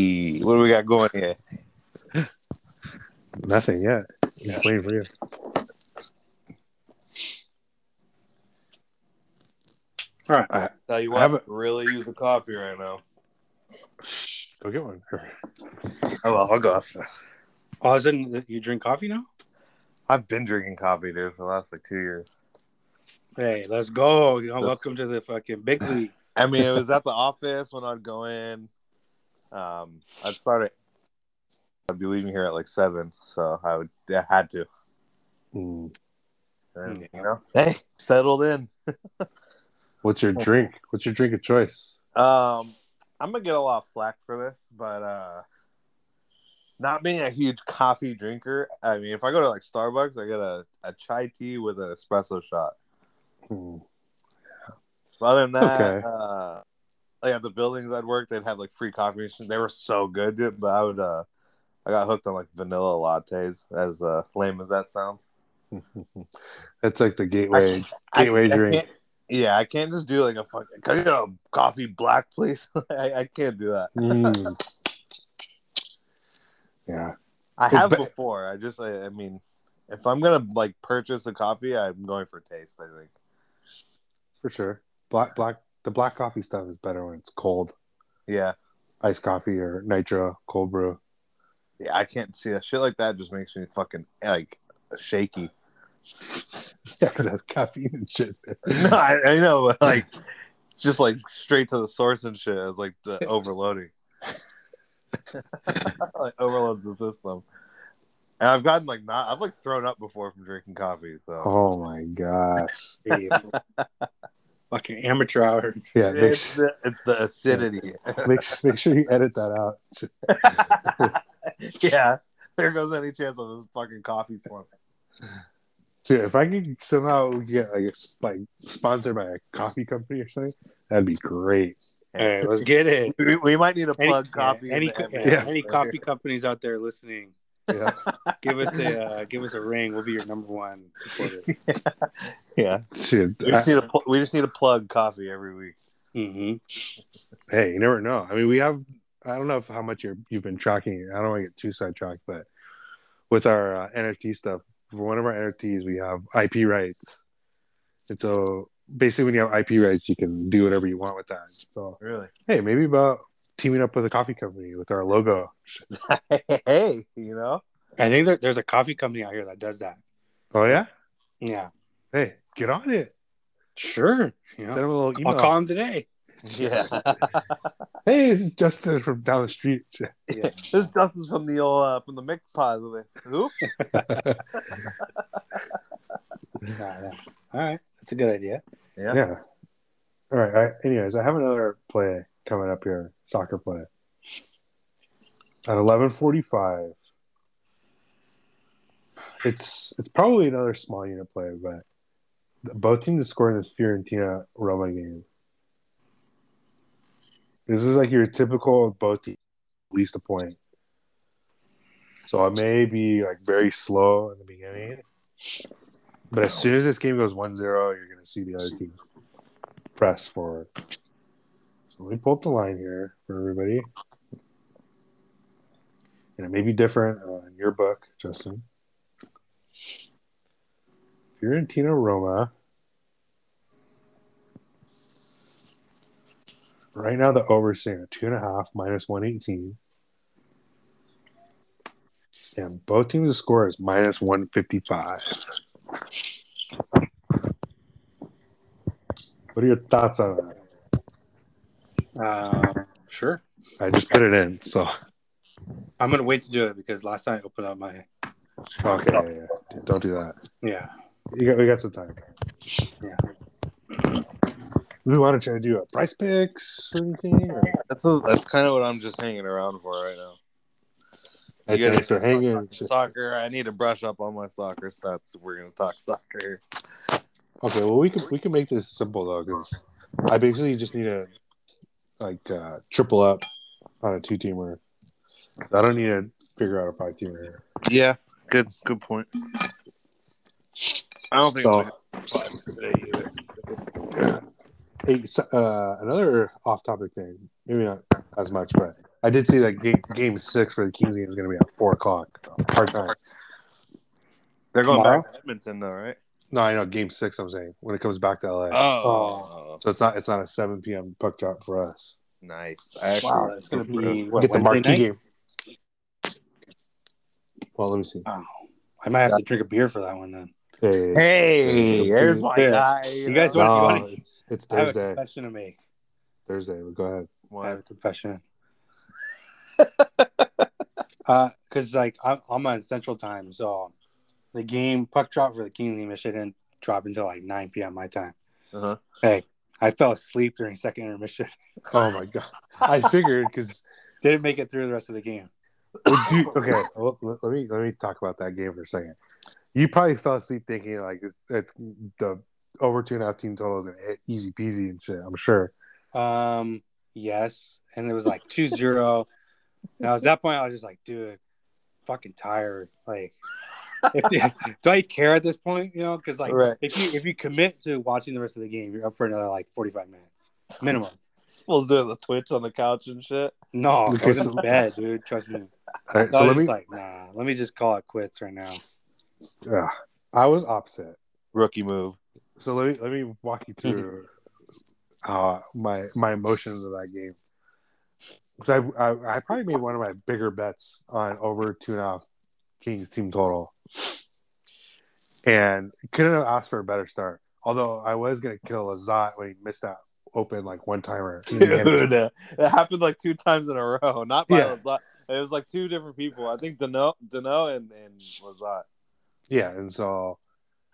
What do we got going here? Nothing yet. Just waiting for you. All right. Tell you I what, have I a- really use the coffee right now. Go get one. Oh, well, I'll go after. All of a sudden, you drink coffee now? I've been drinking coffee, dude, for the last like two years. Hey, let's go. You know, welcome to the fucking big leagues. I mean, it was at the office when I'd go in. Um, I'd start at, I'd be leaving here at like seven, so I would, I had to. hmm. And, You know, Hmm. hey, settled in. What's your drink? What's your drink of choice? Um, I'm gonna get a lot of flack for this, but uh, not being a huge coffee drinker. I mean, if I go to like Starbucks, I get a, a chai tea with an espresso shot. Hmm. But other than that, Okay. uh, like at the buildings I'd work, they'd have like free coffee machines. They were so good, dude. But I would, uh, I got hooked on like vanilla lattes. As uh, lame as that sounds, That's like the gateway. I- Gateway I drink. can't- yeah, I can't just do like a fucking. Can I get a coffee black, please? I, I can't do that. Hmm. Yeah. I It's have ba- before. I just, I, I mean, if I'm gonna like purchase a coffee, I'm going for taste. I think. For sure. Black black the black coffee stuff is better when it's cold. Yeah, Iced coffee or nitro, cold brew. yeah. I can't see that shit like that. Just makes me fucking like shaky. Yeah, because that's caffeine and shit. no, I, I know, but like, just like straight to the source and shit. It's like the overloading. like overloads the system. And I've gotten like not. I've like thrown up before from drinking coffee. So. Oh my gosh. Fucking amateur hour. Yeah, make, It's sure, the, it's the acidity. make, su- make sure you edit that out. yeah, there goes any chance of this fucking coffee slump. Dude, if I could somehow get like, a s- like sponsored by a coffee company or something, that'd be great. All right, let's get it. We, we might need to Any, plug coffee. yeah, any, into co- every- yeah, any coffee companies out there listening, Yeah. give us a uh, give us a ring. We'll be your number one supporter. Yeah, Dude, we I- just, need to pl- we just need to plug coffee every week. hmm hey, you never know. I mean, we have. I don't know if how much you're, you've been tracking. I don't want to get too sidetracked, but with our uh, NFT stuff, for one of our NFTs, we have IP rights. And so basically, when you have IP rights, you can do whatever you want with that. So Really? hey, maybe about teaming up with a coffee company with our logo. hey, you know, I think there, there's a coffee company out here that does that. Oh yeah, Yeah, hey, get on it. sure. You know, Send them a little email. I'll call him today. yeah. hey, this is Justin from down the street. Yeah. this Dustin's from the old uh, from the mix pod. Who? Nah, nah. All right, that's a good idea. Yeah. Yeah. All right. I, anyways, I have another play coming up here. Soccer play. At eleven forty-five. It's it's probably another small unit play, but both teams are scoring this Fiorentina Roma game. This is like your typical both teams at least a point. So it may be like very slow in the beginning. But as soon as this game goes 1-0, you're gonna see the other team press forward. So let me pull up the line here for everybody. And it may be different uh, in your book, Justin. Fiorentina Roma. Right now, the over is sitting at two and a half minus 118. And both teams' score is minus 155. What are your thoughts on that? Um, sure. I just put it in. So I'm gonna wait to do it because last time I opened up my okay, yeah, yeah, yeah. don't do that. yeah You got, we got some time. yeah. We want to try to do a price picks or anything. Or? That's a, that's kind of what I'm just hanging around for right now. I You think guys so. Hang in. Soccer. I need to brush up on my soccer stats if we're gonna talk soccer. Okay, well we can we can make this simple though, because I basically just need to like uh, triple up on a two teamer. I don't need to figure out a five teamer. Yeah. Good. Good point. I don't think So, it's like five today either. Hey, so, uh, another off-topic thing. Maybe not as much, but I did see that game, game six for the Kings game is going to be at four o'clock. Hard time. They're going Tomorrow? back to Edmonton though, right? No, I know game six. I'm saying when it comes back to LA, Oh, so it's not it's not a seven p.m. puck drop for us. nice. I actually, Wow, it's gonna be what, Get the Wednesday marquee night? game. Well, let me see. Oh, I might have to drink a beer for that one then. Hey, Hey, there's my There. guy. uh, You guys know? No, want? You it's, it's I have a Thursday. confession to make. Thursday. But go ahead. I have What? a confession. Because Uh, like I'm, I'm on Central Time, so the game puck drop for the Kings game, it shouldn't drop until like 9 p.m. my time. Uh-huh. I fell asleep during second intermission. Oh my god, I figured because Didn't make it through the rest of the game. okay, well, let, let me let me talk about that game for a second. You probably fell asleep thinking like it's, it's the over two and a half team total is an e- easy peasy and shit. I'm sure. Um, yes, and it was like 2-0. and I was at that point, I was just like, dude, fucking tired. Like, if the, do I care at this point? You know, because like Right. if you if you commit to watching the rest of the game, you're up for another like 45 minutes minimum. Will's doing the Twitch on the couch and shit. No, I was Because- in bed, dude. Trust me. All right, so So I let was me. just like, nah, let me just call it quits right now. ugh, I was opposite. Rookie move. So let me let me walk you through uh, my my emotions of that game. Because I, I I probably made one of my bigger bets on over two and a half Kings team total, and couldn't have asked for a better start. Although I was gonna kill Lazat when he missed that open like one timer. Dude, uh, it happened like two times in a row. Not by Yeah. Lazat. It was like two different people. I think Dano, Dano, and and Lazat. Yeah, and so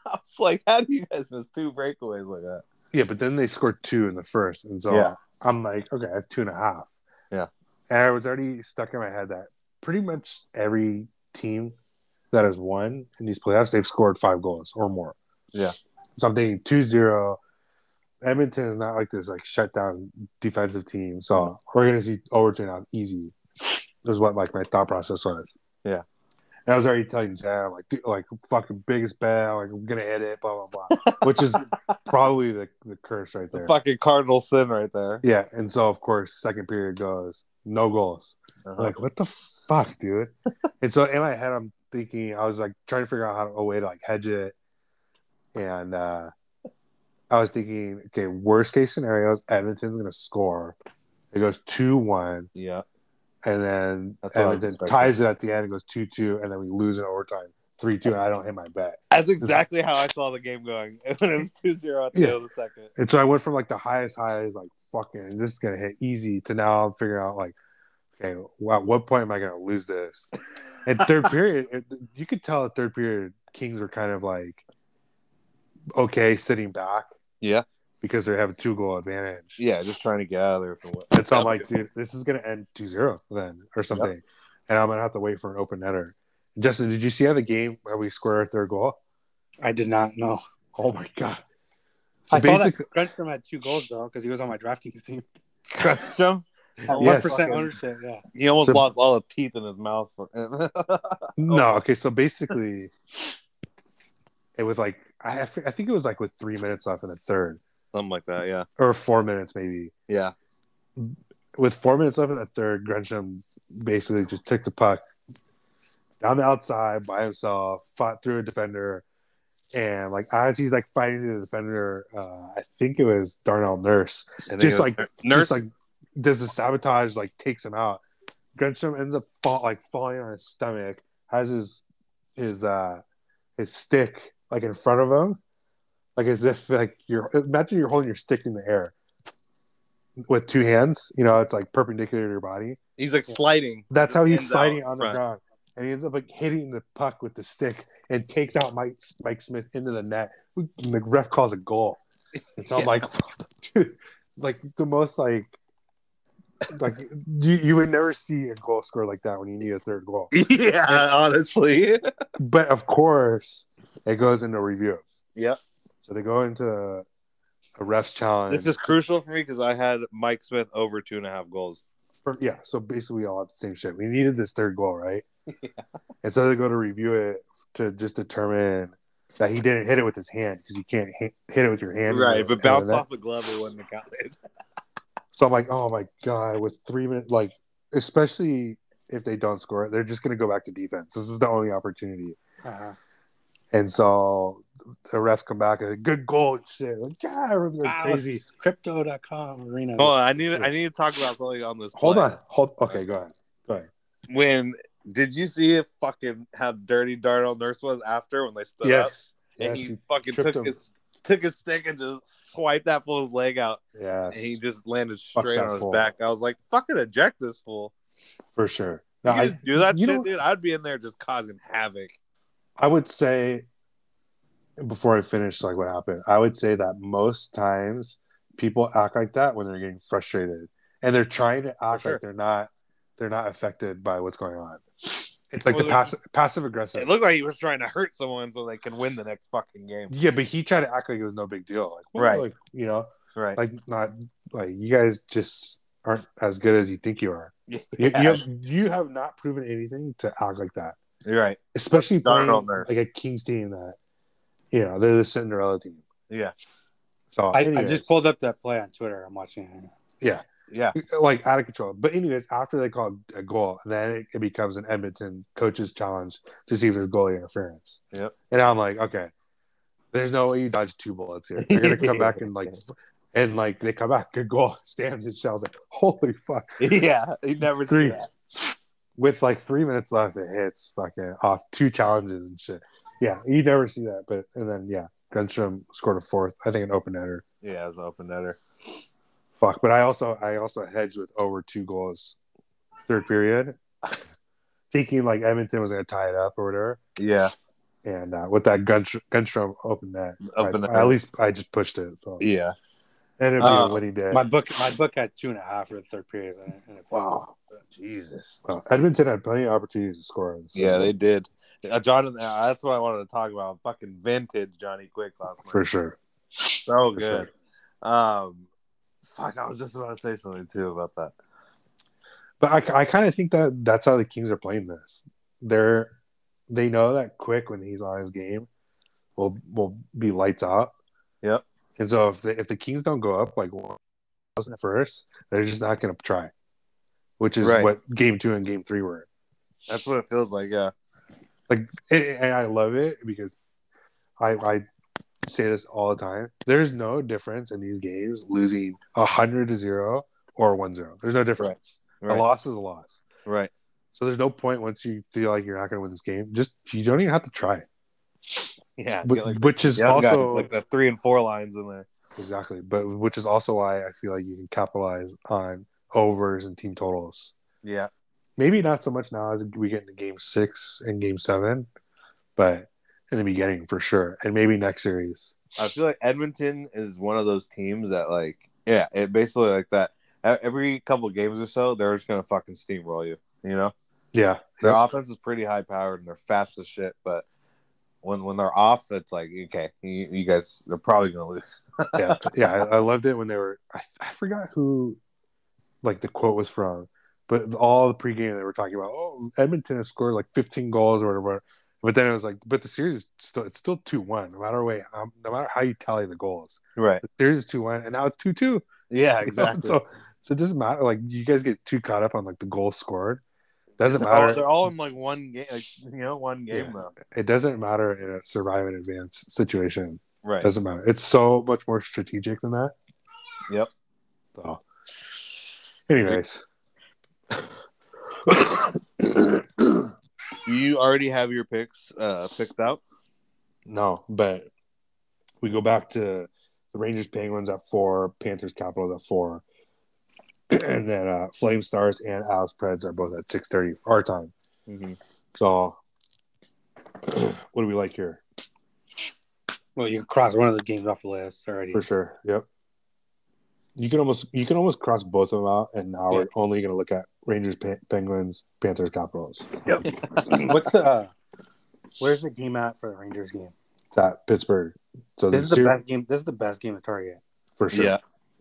I was like, how do you guys miss two breakaways like that? yeah, but then they scored two in the first, and so Yeah. I'm like, okay, I have two and a half. Yeah. and I was already stuck in my head that pretty much every team that has won in these playoffs, they've scored five goals or more. Yeah. something two zero. Edmonton is not like this like shutdown defensive team, so we're gonna see Overton out easy. Is what like my thought process was. Yeah. And I was already telling Jan like dude, like fucking biggest bet, like I'm gonna hit it, blah blah blah, which is probably the, the curse right The there. fucking cardinal sin right there. Yeah, and so of course, second period goes no goals. Uh-huh. I'm like, what the fuck, dude? and so in my head, I'm thinking, I was like trying to figure out how to, a way to like hedge it, and uh I was thinking, okay, worst case scenarios, Edmonton's gonna score. It goes two one, yeah, and then That's what I was Edmonton expecting. ties it at the end. It goes two two, and then we lose in overtime, three two, and I don't hit my bet. that's exactly how I saw the game going. when it was 2-0 at the Yeah. end of the second. And so I went from like the highest highs, like fucking this is gonna hit easy, to now I'm figuring out like, okay, well, at what point am I gonna lose this? And third period, it, you could tell at third period, Kings were kind of like okay, sitting back Yeah, because they have a two goal advantage. yeah, just trying to get out of there for what. And so I'm like, dude, this is gonna end 2-0 then or something, and I'm gonna have to wait for an open netter. Justin, did you see how the game how we square our third goal? I did not know. Oh my god! I So saw basically, that Grunstrom had two goals though, because he was on my DraftKings team. crushed him. At one Yes. percent ownership, yeah. He almost So- lost all the teeth in his mouth. For No, okay. So basically, it was like I, I thi- I think it was like with three minutes left in the third, something like that. Yeah, or four minutes maybe. yeah, With four minutes left in the third, Grunsham basically just took the puck down the outside by himself, fought through a defender, and like as he's like fighting through the defender, uh, I think it was Darnell Nurse, And just they like go, nurse. just like does the sabotage like takes him out. Grunstrom ends up fall, like falling on his stomach, has his his uh his stick like in front of him, like as if like you're imagine you're holding your stick in the air with two hands. You know, it's like perpendicular to your body. he's like sliding. That's how he's Hands out sliding in on the front. ground, and he ends up like hitting the puck with the stick and takes out Mike Mike Smith into the net. And the ref calls a goal. And so I'm Yeah. like, dude, like the most like like you, you would never see a goal score like that when you need a third goal. yeah, honestly. But of course, it goes into review. Yep. So they go into a refs challenge. This is crucial for me because I had Mike Smith over two and a half goals. For- yeah, so basically we all have the same shit. We needed this third goal, right? And so they go to review it to just determine that he didn't hit it with his hand because you can't hit, hit it with your hand. Right, And but that- bounce off the glove it wouldn't have got it. So I'm like, oh my god, with three minutes, like especially if they don't score, they're just gonna go back to defense. This is the only opportunity. Uh-huh. And so the refs come back and like, good goal and shit. Like, yeah, everyone's going crazy. Crazy. Crypto.com arena. Hold on, I need I need to talk about something on this. Hold play. on, hold. Okay, go ahead. Go ahead. When did you see if fucking how dirty Darnell Nurse was after when they stood up? yes, and yes, he fucking tripped took him. his took his stick and just swiped that fool's leg out, yes, and he just landed Fuck straight that on his fool. back. I was like, "Fucking eject this fool!" for sure. You No, I, guys do that you shit, know- dude. I'd be in there just causing havoc. I would say before I finish, like what happened, I would say that most times people act like that when they're getting frustrated and they're trying to act sure. like they're not they're not affected by what's going on. It's Well, like the they're- passive passive It aggressive. looked like he was trying to hurt someone so they can win the next fucking game. yeah, but he tried to act like it was no big deal. Like, well, Right. like you know, Right? like not like you guys just aren't as good as you think you are. Yeah. You, you have you have not proven anything to act like that. You're right. Especially playing Darnold like nurse. a Kings team that you know, they're the Cinderella team. Yeah. So I, I anyways, just pulled up that play on Twitter. I'm watching it. Yeah. like out of control. But anyways, after they call a goal, then it, it becomes an Edmonton coaches challenge to see if there's goalie interference. Yep. And I'm like, okay, there's no way you dodge two bullets here. They're gonna come back and like, and like they come back, good goal, stands and shells. Like, holy fuck! Yeah. He never Three. seen that. With like three minutes left, it hits fucking off two challenges and shit. Yeah, you never see that. But and then yeah, Grunstrom scored a fourth, I think an open header. Yeah, it was an open netter. Fuck, but I also I also hedged with over two goals, third period, thinking like Edmonton was gonna tie it up or whatever. Yeah. And uh, with that Gunstr- Gunstrom open net, Open I, netter. at least I just pushed it. So Yeah. and it'd be Uh, a winning day. My book, my book had two and a half for the third period. And it- and it- Wow. Jesus. Well, Edmonton had plenty of opportunities to score. So- Yeah, they did. Uh, Jonathan, uh, that's what I wanted to talk about. Fucking vintage Johnny Quick last night. for sure. so for good. Um, fuck, I was just about to say something too about that. But I, I kind of think that that's how the Kings are playing this. They're they know that quick when he's on his game will will be lights out. Yep. And so if the if the Kings don't go up like one at first, they're just not going to try, which is Right. what game two and game three were. That's what it feels like. Yeah. And, and I love it because I I say this all the time. There's no difference in these games losing hundred to zero or one zero. There's no difference. Right. A loss is a loss. Right. So there's no point once you feel like you're not going to win this game. Just you don't even have to try, Yeah. Wh- get like, which is young also guys, like the three and four lines in there. exactly, but which is also why I feel like you can capitalize on overs and team totals. Yeah. Maybe not so much now as we get into game six and game seven, but in the beginning for sure, and maybe next series. I feel like Edmonton is one of those teams that like, yeah, it basically like that. e- Every couple games or so, they're just gonna fucking steamroll you. You know, Yeah, their offense is pretty high powered and they're fast as shit. But when when they're off, it's like okay, you, you guys are probably gonna lose. yeah, yeah. I, I loved it when they were. I, I forgot who, like the quote was from, but all the pregame they were talking about. Oh, Edmonton has scored like 15 goals or whatever. But then it was like, but the series is still it's still two one. No matter way, um, no matter how you tally the goals, Right. the series is two one, and now it's two two. Yeah. Exactly. So so it doesn't matter. Like you guys get too caught up on like the goals scored. Doesn't They're all, matter. they're all in like one game, like you know, one game Yeah. though. It doesn't matter in a survive and advance situation. Right. Doesn't matter. It's so much more strategic than that. Yep. So, anyways, you already have your picks uh picked out. no, but we go back to the Rangers Penguins at four, Panthers Capitals at four, and then uh, Flame Stars and Avs Preds are both at six thirty our time. So, what do we like here Well, you can cross one of the games off the list already. for sure? Yep. You can almost you can almost cross both of them out, and now Yeah. we're only going to look at Rangers, Pe- Penguins, Panthers, Capitals. What's the? Uh, where's the game at for the Rangers game? It's at Pittsburgh. So This is the ser- best game. This is the best game to target. for sure. Yeah.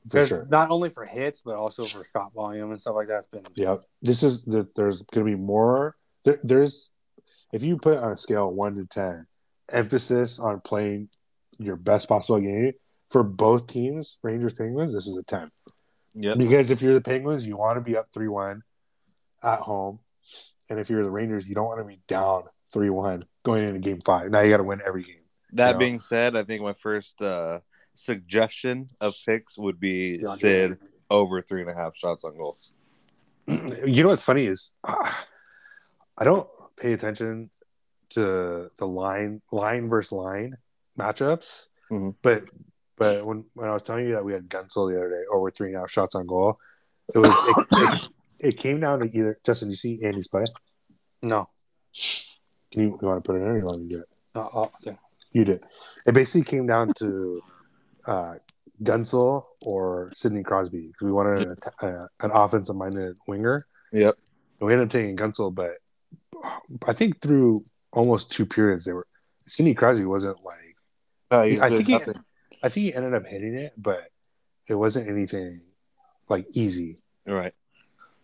for 'Cause sure. Not only for hits, but also for shot volume and stuff like that. It's been Yeah, this is the, there's going to be more. There, there's if you put it on a scale of one to ten, emphasis on playing your best possible game for both teams, Rangers Penguins. This is a ten Yep. because if you're the Penguins, you want to be up three one at home, and if you're the Rangers, you don't want to be down three one going into Game Five. Now you got to win every game. That Yeah. being said, I think my first uh, suggestion of picks would be DeAndre. Sid over three and a half shots on goal. you know what's funny is ah, I don't pay attention to the line line versus line matchups, Mhm. but but when when I was telling you that we had Gunsel the other day over three and a half shots on goal, it was it, it, it came down to either Justin. You see Andy's play? No. Can you, you want to put it in? Or you want me to do it? Uh, oh, okay. You did. It basically came down to uh, Gunsel or Sidney Crosby because we wanted an, uh, an offensive minded winger. Yep. And we ended up taking Gunsel, but I think through almost two periods they were Sidney Crosby wasn't like Uh, I think he- I think he ended up hitting it, but it wasn't anything like easy. right.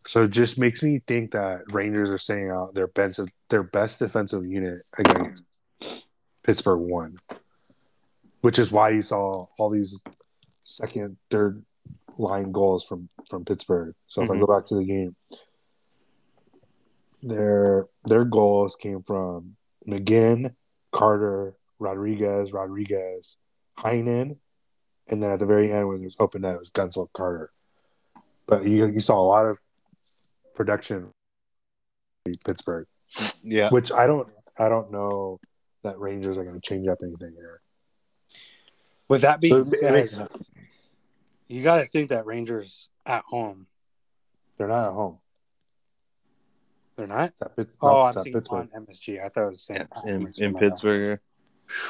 So it just makes me think that Rangers are saying out their best their best defensive unit against Pittsburgh won, which is why you saw all these second, third line goals from from Pittsburgh. So if I Mhm. go back to the game, their their goals came from McGinn, Carter, Rodriguez, Rodriguez, Heinen, and then at the very end when it was open net, it was Gunsel Carter. But you you saw a lot of production in Pittsburgh, Yeah. which I don't I don't know that Rangers are going to change up anything here. With that being So it- it said, makes- you got to think that Rangers at home. They're not at home. They're not. That Pit- Oh, no, I'm it's at thinking Pittsburgh. on MSG. I thought it was the same. It's in, MSG, in my Pittsburgh.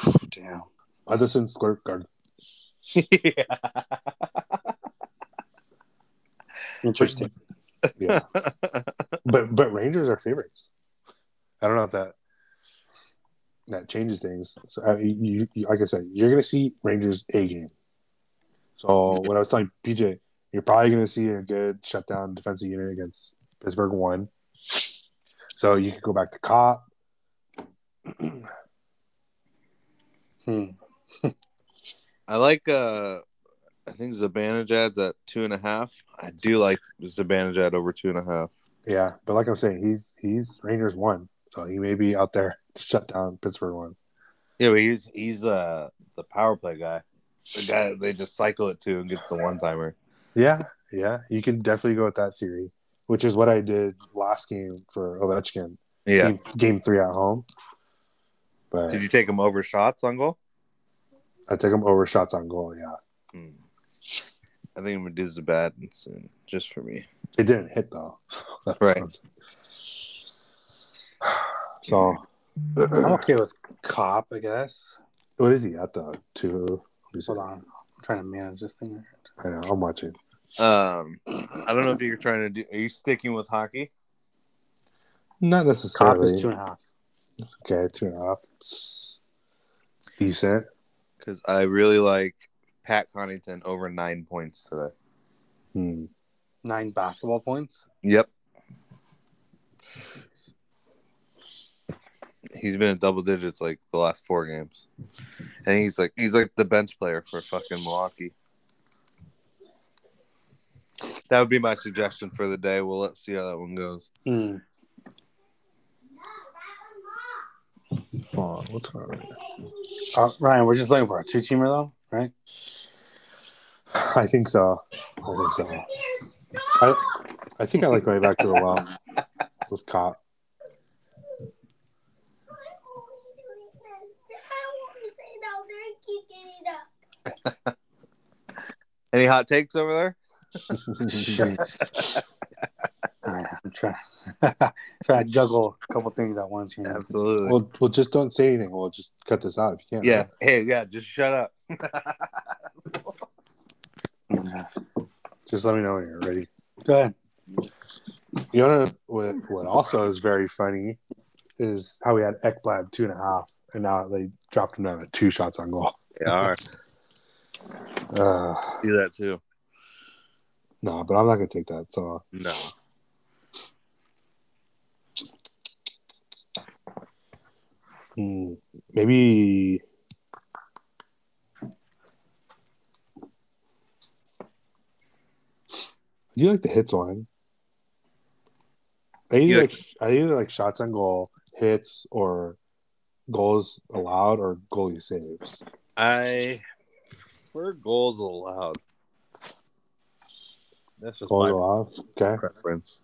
bad. Damn. Madison Square Garden. yeah. Interesting. Yeah, but but Rangers are favorites. I don't know if that that changes things. So I mean, you, you like I said, you're going to see Rangers A game. So when I was telling PJ, you're probably going to see a good shutdown defensive unit against Pittsburgh one. So you could go back to Cop. Hmm. I like. uh I think Zabanajad's at two and a half. I do like Zabanajad over two and a half. Yeah, but like I'm saying, he's he's Rangers one, so he may be out there to shut down Pittsburgh one. Yeah, but he's he's uh the power play guy. The guy that they just cycle it to and gets the one timer. Yeah, yeah, you can definitely go with that theory, which is what I did last game for Ovechkin. Yeah. game, game three at home. But Did you take him over shots on goal? I took him over shots on goal. Yeah, Hmm. I think I'm gonna do Zabad soon, just for me. it didn't hit though. That's Right. what's- So I'm okay with cop, I guess. what is he at though? Two. Hold on. I'm trying to manage this thing. I know. I'm watching. Um, I don't know if you're trying to do. Are you sticking with hockey? Not Cop necessarily. is two and a half. okay, two and a half. It's Decent. Because I really like Pat Connington over nine points today. Hmm. Nine basketball points. Yep. He's been in double digits like the last four games, and he's like he's like the bench player for fucking Milwaukee. That would be my suggestion for the day. We'll let's see how that one goes. Hmm. Hold on, what's on right Uh, Ryan, we're just looking for a two teamer, though, right? now? I think so. I think so. I, I think I like going back to the well with cop. Any hot takes over there? All right, I'm trying, trying to juggle a couple things at once. Here. Absolutely. Well, well, just don't say anything. We'll just cut this out if you can't. yeah. Hey, yeah. Just shut up. Just let me know when you're ready. Go ahead. You know what? What also is very funny is how we had Ekblad two and a half, and now they dropped him down to two shots on goal. Yeah. All right. Uh, Do that too. no, but I'm not gonna take that. So No. Hmm, maybe Do you like the hits line? I either Yeah. like I either like shots on goal, hits, or goals allowed, or goalie saves. I prefer goals allowed. That's just Goals my allowed. Okay. preference.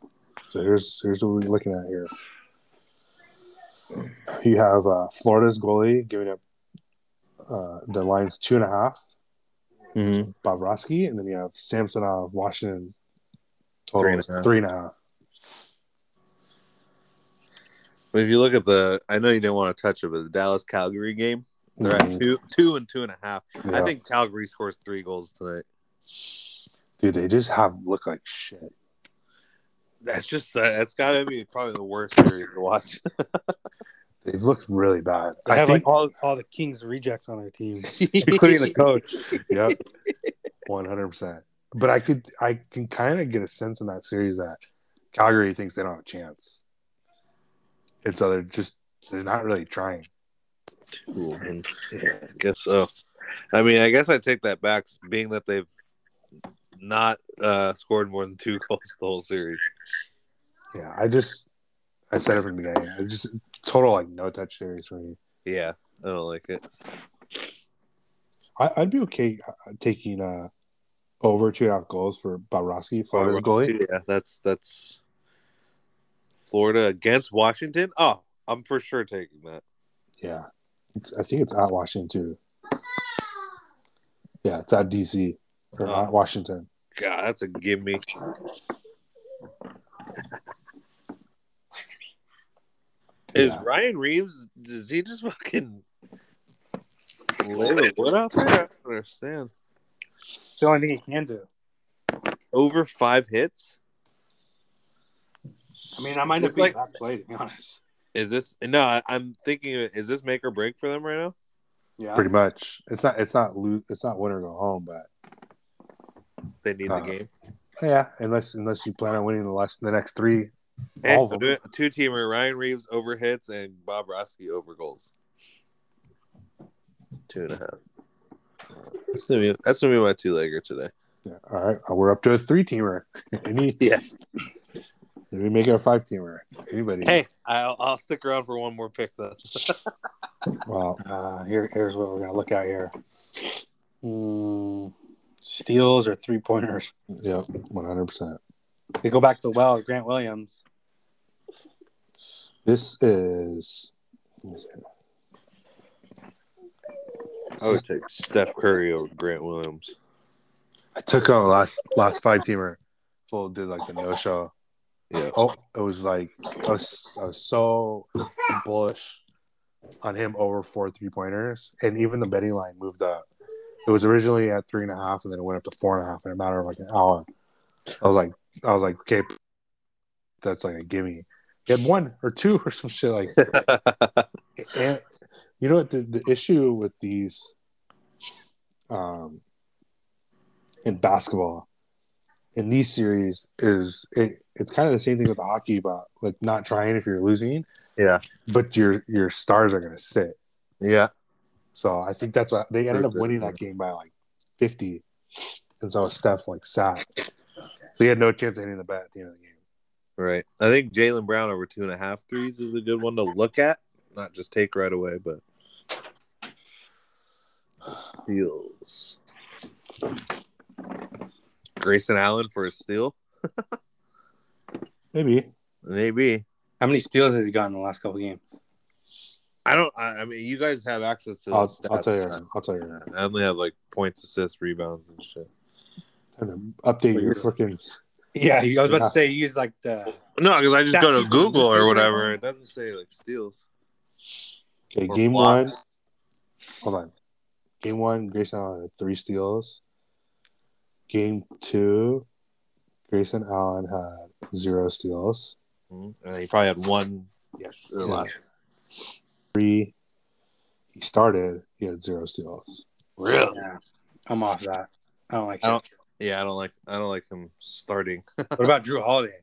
So here's here's what we're looking at here. You have uh, Florida's goalie giving up uh, the lines two and a half, Mm-hmm. Bobrovsky, and then you have Samsonov, Washington, Three total and a is half. three and a half. But if you look at the, I know you didn't want to touch it, but the Dallas Calgary game, they're Mhm. at two, two and two and a half. Mm-hmm. Yeah. I think Calgary scores three goals tonight. dude, they just have look like shit. That's just uh, that's got to be probably the worst series to watch. They've looked really bad. They I have think like all, all the Kings rejects on their team. including the coach. Yep, one hundred percent. But I could, I can kind of get a sense in that series that Calgary thinks they don't have a chance, and so they're just they're not really trying. Ooh, man. Yeah, I guess so. I mean, I guess I take that back, being that they've not uh, scored more than two goals the whole series. Yeah, I just I said it from the beginning. I just total like no touch series for me. Yeah, I don't like it. I, I'd be okay uh, taking uh over two and a half goals for Bobrovsky, Florida's goalie. Yeah, that's that's Florida against Washington. Oh, I'm for sure taking that. Yeah, it's, I think it's at Washington too. Yeah, it's at DC or Oh. at Washington. God, that's a gimme. Is Yeah. Ryan Reeves? Does he just fucking lay the wood out there? I don't understand. It's the only thing he can do. Over five hits? I mean, I might It's not be like- that play to be honest. Is this no? I, I'm thinking, is this make or break for them right now? Yeah, pretty much. It's not. It's not. Lo- it's not win or go home. But They need Uh, the game. yeah, unless unless you plan on winning the last the next three. Hey, all of them. do it. a two teamer: Ryan Reeves over hits and Bob Roski over goals. Two and a half. That's gonna be that's gonna be my two legger today. Yeah, all right, we're up to a three teamer. Any Yeah. Maybe make it a five teamer. Anybody? Hey, I'll, I'll stick around for one more pick though. Well, Uh, here, here's what we're gonna look at here. Mm, steals or three pointers. yeah, one hundred percent. We go back to the well. Grant Williams. This is. let me see. I would take Steph Curry over Grant Williams. I took on last last five teamer. Full did like the no show. Yeah. Oh, it was like I was, I was so bullish on him over four three pointers, and even the betting line moved up. It was originally at three and a half, and then it went up to four and a half in a matter of like an hour. I was like, I was like, okay, that's like a gimme. Get one or two or some shit like. and, you know what the, the issue with these, um, in basketball, in these series is it, it's kind of the same thing with hockey about like not trying if you're losing. Yeah. But your your stars are gonna sit. yeah. So I think that's what they ended up winning that game by like fifty. And so Steph like sat. So he had no chance of hitting the bat at the end of the game. Right. I think Jalen Brown over two and a half threes is a good one to look at. Not just take right away, but steals. Grayson Allen for a steal? Maybe. Maybe. How many steals has he gotten in the last couple games? I don't I, I mean you guys have access to I'll, those I'll stats. tell you. I'll tell you. right now. I only have like points, assists, rebounds and shit. Time to update your freaking. Yeah, I was about Yeah. to say he's like the No, because I just go to Stats. Google or whatever. It doesn't say like steals. Okay, Or game blocks. one. Hold on. Game one, Grayson Allen had three steals. Game two, Grayson Allen had zero steals. Mhm. And he probably had one Yes. the last. Three, he started, he had zero steals. Really? Yeah, I'm off that. I don't like I him. don't- Yeah, I don't like I don't like him starting. What about Drew Holiday?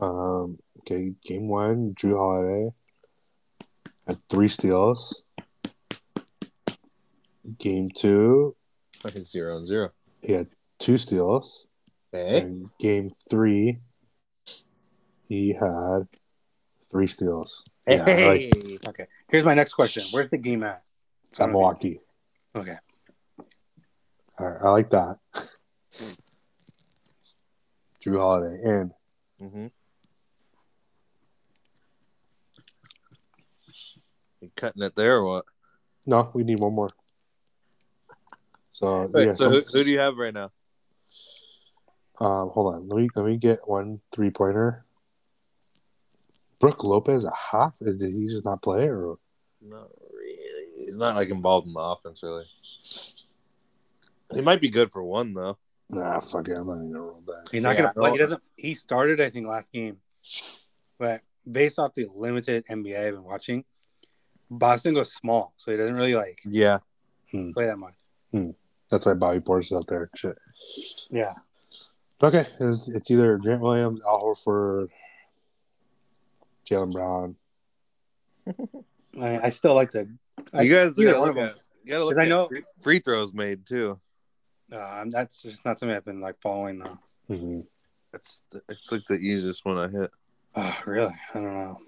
Um, okay, game one, Drew Holiday and three steals. Game two, Like it's zero and zero. he had two steals. Hey, And game three, he had three steals. Yeah, I like- Okay. Here's my next question. Where's the game at? It's at Milwaukee. Okay. All right, I like that. Drew Holiday and Mm-hmm. You cutting it there or what? no, we need one more. So Wait, yeah, so who, who do you have right now? Um, hold on. Let me let me get one three pointer. Brooke Lopez a half? Did he just not play or Not really. He's not like involved in the offense really. He might be good for one though. nah? Fuck it, I'm not even gonna roll that. He's not Yeah, gonna play. He no. doesn't. He started, I think, last game, but based off the limited NBA I've been watching, Boston goes small, so he doesn't really like Yeah. play that much. That's why Bobby Portis is out there. Shit. Yeah, Okay, it's, it's either Grant Williams, Al Horford, Jalen Brown. I, I still like to. I, You guys either gotta one look of at you gotta look 'Cause I at know- free, free throws made too. um, that's just not something I've been like following. Now. Mhm. It's it's like the easiest one I hit. Oh, really? I don't know.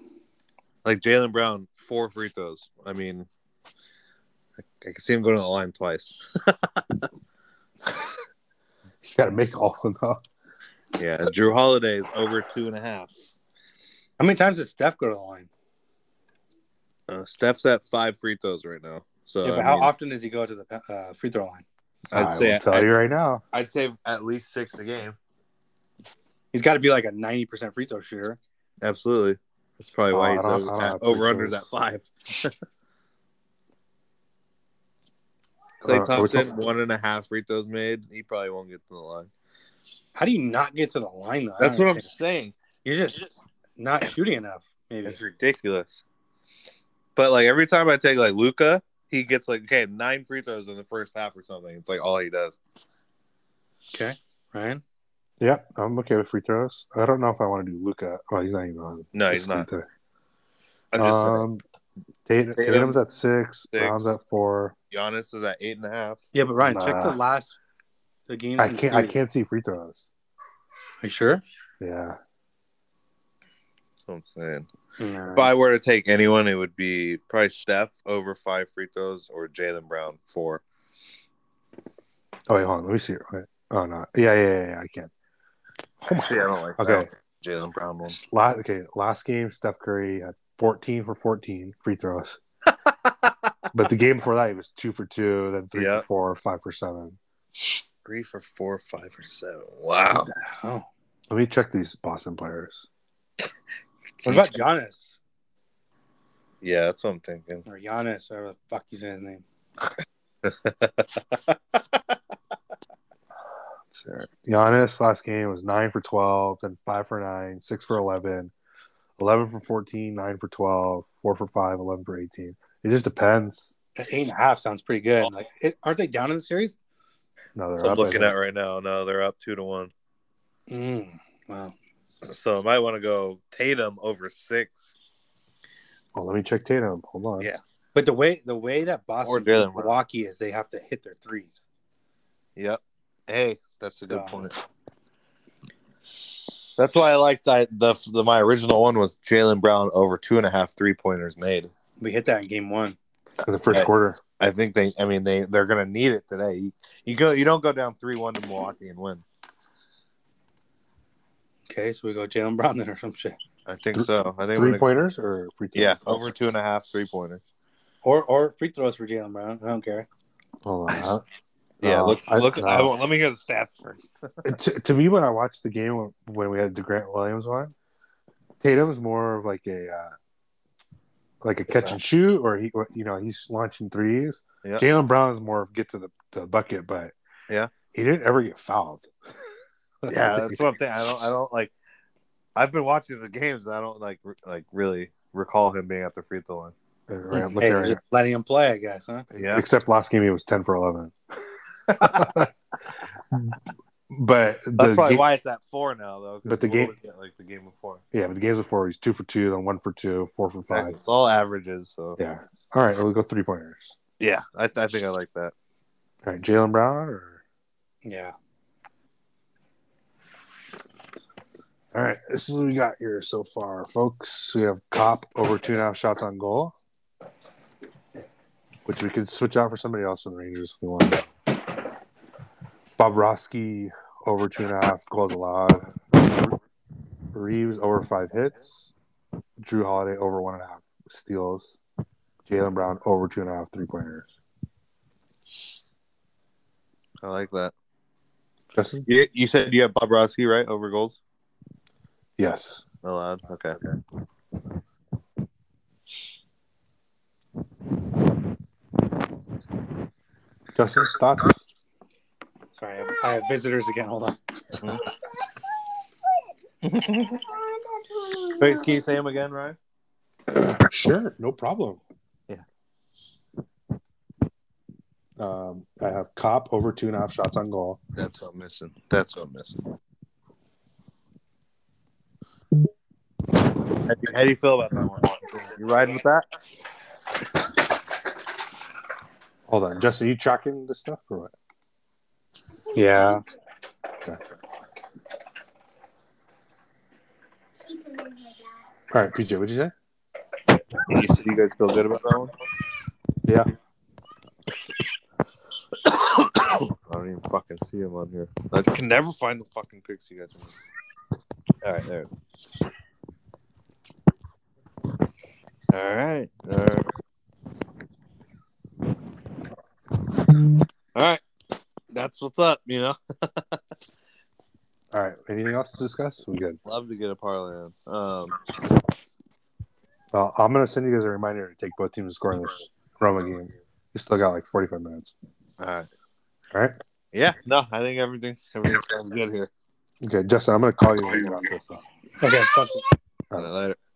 Like Jalen Brown, four free throws. I mean I, I can see him going to the line twice. He's got to make all of them. yeah. Drew Holiday is over two and a half. How many times does Steph go to the line? Uh, Steph's at five free throws right now. So yeah, but Uh, I how mean, often does he go to the uh, free throw line? I'd I say will tell I'd, you right now. I'd say at least six a game. He's got to be like a ninety percent free throw shooter. Absolutely. That's probably why Oh, he's I don't- I don't at, have free over unders throws. at five. Clay Uh, are we Thompson, talking- one and a half free throws made. He probably won't get to the line. How do you not get to the line though? I That's don't what I'm understand. saying. You're just not shooting enough. Maybe. It's ridiculous. But like every time I take like Luca, he gets like okay nine free throws in the first half or something. It's like all he does. Okay, Ryan. Yeah, I'm okay with free throws. I don't know if I want to do Luca. Oh, he's not even on. No, It's he's not. free throw. I'm just saying. um, Tatum, Tatum, Tatum's at six, six. Brown's at four. Giannis is at eight and a half. Yeah, but Ryan, check the Nah. last the game. I can't. I can't see free throws. Are you sure? Yeah, That's what I'm saying. Yeah. If I were to take anyone, it would be probably Steph over five free throws or Jalen Brown four. Oh wait, hold on. Let me see. it. Wait. Oh no. Yeah, yeah, yeah. yeah, I can. Oh my. Actually, I don't like Okay. Jalen Brown one. Last. Okay. Last game, Steph Curry had 14 for 14 free throws. but the game before that, he was two for two, then three Yeah. for four, five for seven. Three for four, five for seven. Wow. oh. Let me check these Boston players. What about Giannis Yeah, that's what I'm thinking. or Giannis or the fuck you say his name? Sure. Giannis last game was nine for 12, then five for nine, six for 11, 11 for 14, nine for 12, four for five, 11 for 18. It just depends. That eight and a half sounds pretty good. Like, it, aren't they down in the series? No, That's they're what up, I'm I looking think. at right now. No, they're up two to one. Mm. Wow. So I might want to go Tatum over six. Oh, let me check Tatum. Hold on. Yeah. But the way the way that Or Boston Jalen beats Brown. Milwaukee is they have to hit their threes. Yep. Hey, that's a good Yeah. point. That's why I liked that. The, the my original one was Jalen Brown over two and a half three pointers made. We hit that in game one. In the first Right. quarter. I think they. I mean, they they're gonna need it today. You, you go. You don't go down three one to Milwaukee and win. Okay, so we go Jalen Brown then or some shit. I think so. I think we're Three gonna- pointers or free throws? Yeah, over two and a half three pointers. Or or free throws for Jalen Brown. I don't care. Hold on. I huh? just- Yeah, No, look, I- look. no. Oh, I won't, let me hear the stats first. to, to me, when I watched the game when- when we had the Grant Williams one, Tatum's more of like a uh, like a catch and shoot, or he, or, you know, he's launching threes. Yeah. Jalen Brown's more of get to the, the bucket, but Yeah. he didn't ever get fouled. yeah, that's what I'm saying. I don't. I don't like. I've been watching the games. And I don't like re- like really recall him being at the free throw line. uh, Right, I'm Hey, looking right just letting him play, I guess, huh? here. Except last game, he was ten for eleven. But the That's probably ga- why it's at four now, though. 'cause But the what game- was it, like the game before, yeah, but the games before he's two for two, then one for two, four for Exactly. five. it's all averages. So Yeah. All right, we'll go three pointers. yeah, I, I think I like that. All right, Jalen Brown or Yeah. all right, this is what we got here so far, folks. We have Cop over two and a half shots on goal, which we could switch out for somebody else in the Rangers if we want. Bobrovsky over two and a half goals allowed. Reeves over five hits. Drew Holiday over one and a half steals. Jalen Brown over two and a half three pointers. I like that. Justin? You, you said you have Bobrovsky right over goals Yes. allowed. Okay. Justin, thoughts? Sorry, I have, I have visitors again. Hold on. Wait, can you say him again, Ryan? Sure, no problem. Yeah. Um, I have cop over two and a half shots on goal. That's what I'm missing. That's what I'm missing. How do you, how do you feel about that one? You riding with that? Hold on, Justin, you tracking this stuff or what? Yeah. All right, PJ, what'd you say? You said you guys feel good about that one? Yeah. I don't even fucking see him on here. I can never find the fucking pics you guys are making. All right, there. All right. uh, All right. All right. That's what's up, you know? All right, anything else to discuss? We good. Love to get a parlay in. Um, Well, I'm gonna send you guys a reminder to take both teams to score in this Roma game. We still got like 45 minutes. all right. All right. Yeah, no, I think everything everything sounds good here. Okay, Justin, I'm gonna call you. when we get off this. Okay. So All right, later.